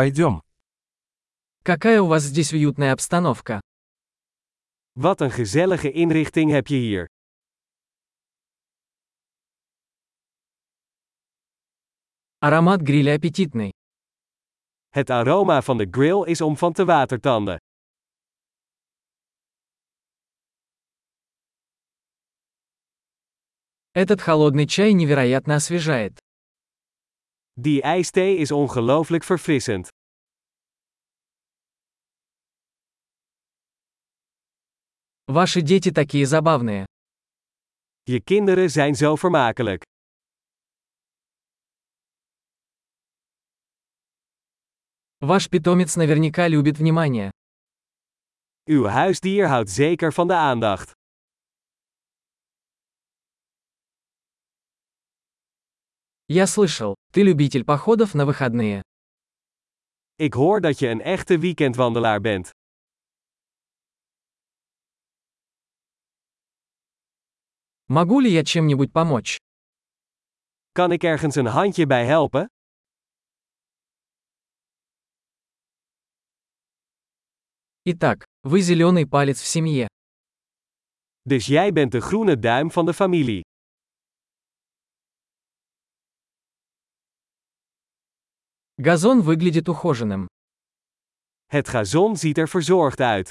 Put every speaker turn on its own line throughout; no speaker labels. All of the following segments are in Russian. Пойдем.
Какая у вас здесь уютная обстановка.
Wat een gezellige inrichting heb je hier.
Аромат гриля аппетитный.
Het aroma van de grill is om van te watertanden.
Этот холодный чай невероятно освежает.
Die ijsthee is ongelooflijk verfrissend.
Ваши дети такие забавные.
Je kinderen zijn zo vermakelijk.
Ваш питомец наверняка любит внимание.
Uw huisdier houdt zeker van de aandacht.
Я слышал, ты любитель походов на выходные.
Ik hoor dat je een echte weekendwandelaar bent.
Могу ли я чем-нибудь помочь?
Kan ik ergens een handje bij helpen?
Итак, вы зеленый палец в семье.
Dus jij bent de groene duim van de familie.
Газон выглядит ухоженным.
Het gazon ziet er verzorgd uit.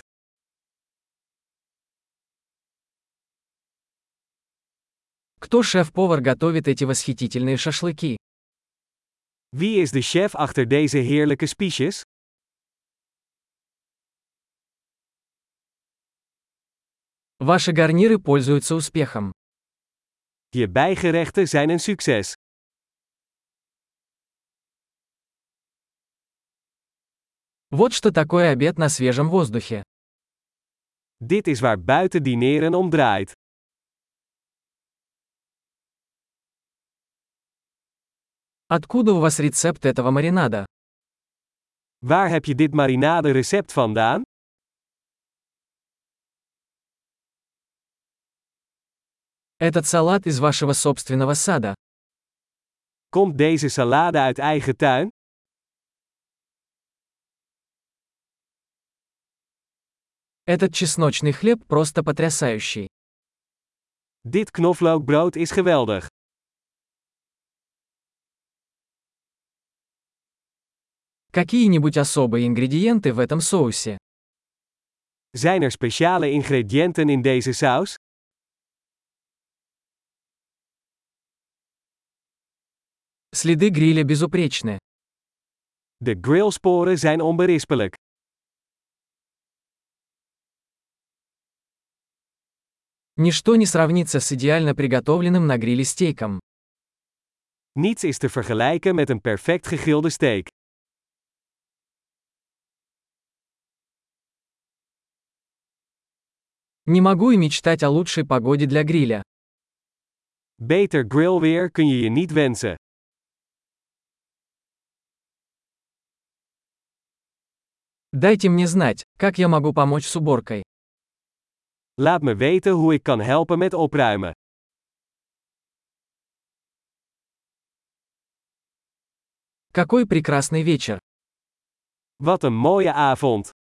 Кто шеф-повар готовит эти восхитительные шашлыки?
Wie is de chef achter deze heerlijke spiesjes?
Ваши гарниры пользуются успехом.
Je bijgerechten zijn een succes.
Вот что такое обед на свежем воздухе.
Dit is waar buiten dineren om draait.
Откуда у вас рецепт этого маринада?
Waar heb je dit marinade recept vandaan?
Этот салат из вашего собственного сада.
Komt deze salade uit eigen tuin?
Этот чесночный хлеб просто потрясающий.
Dit knoflookbrood is geweldig.
Какие-нибудь особые ингредиенты в этом соусе?
Zijn er speciale ingrediënten in deze saus?
Следы гриля безупречны.
De grillsporen zijn onberispelijk.
Ничто не сравнится с идеально приготовленным на гриле стейком.
Niets is te vergelijken met een perfect gegrilde steak.
Не могу и мечтать о лучшей погоде для гриля.
Beter grillweer kun je je niet wensen.
Дайте мне знать, как я могу помочь с уборкой.
Laat me weten hoe ik kan helpen met opruimen.
Какой прекрасный вечер.
Wat een mooie avond!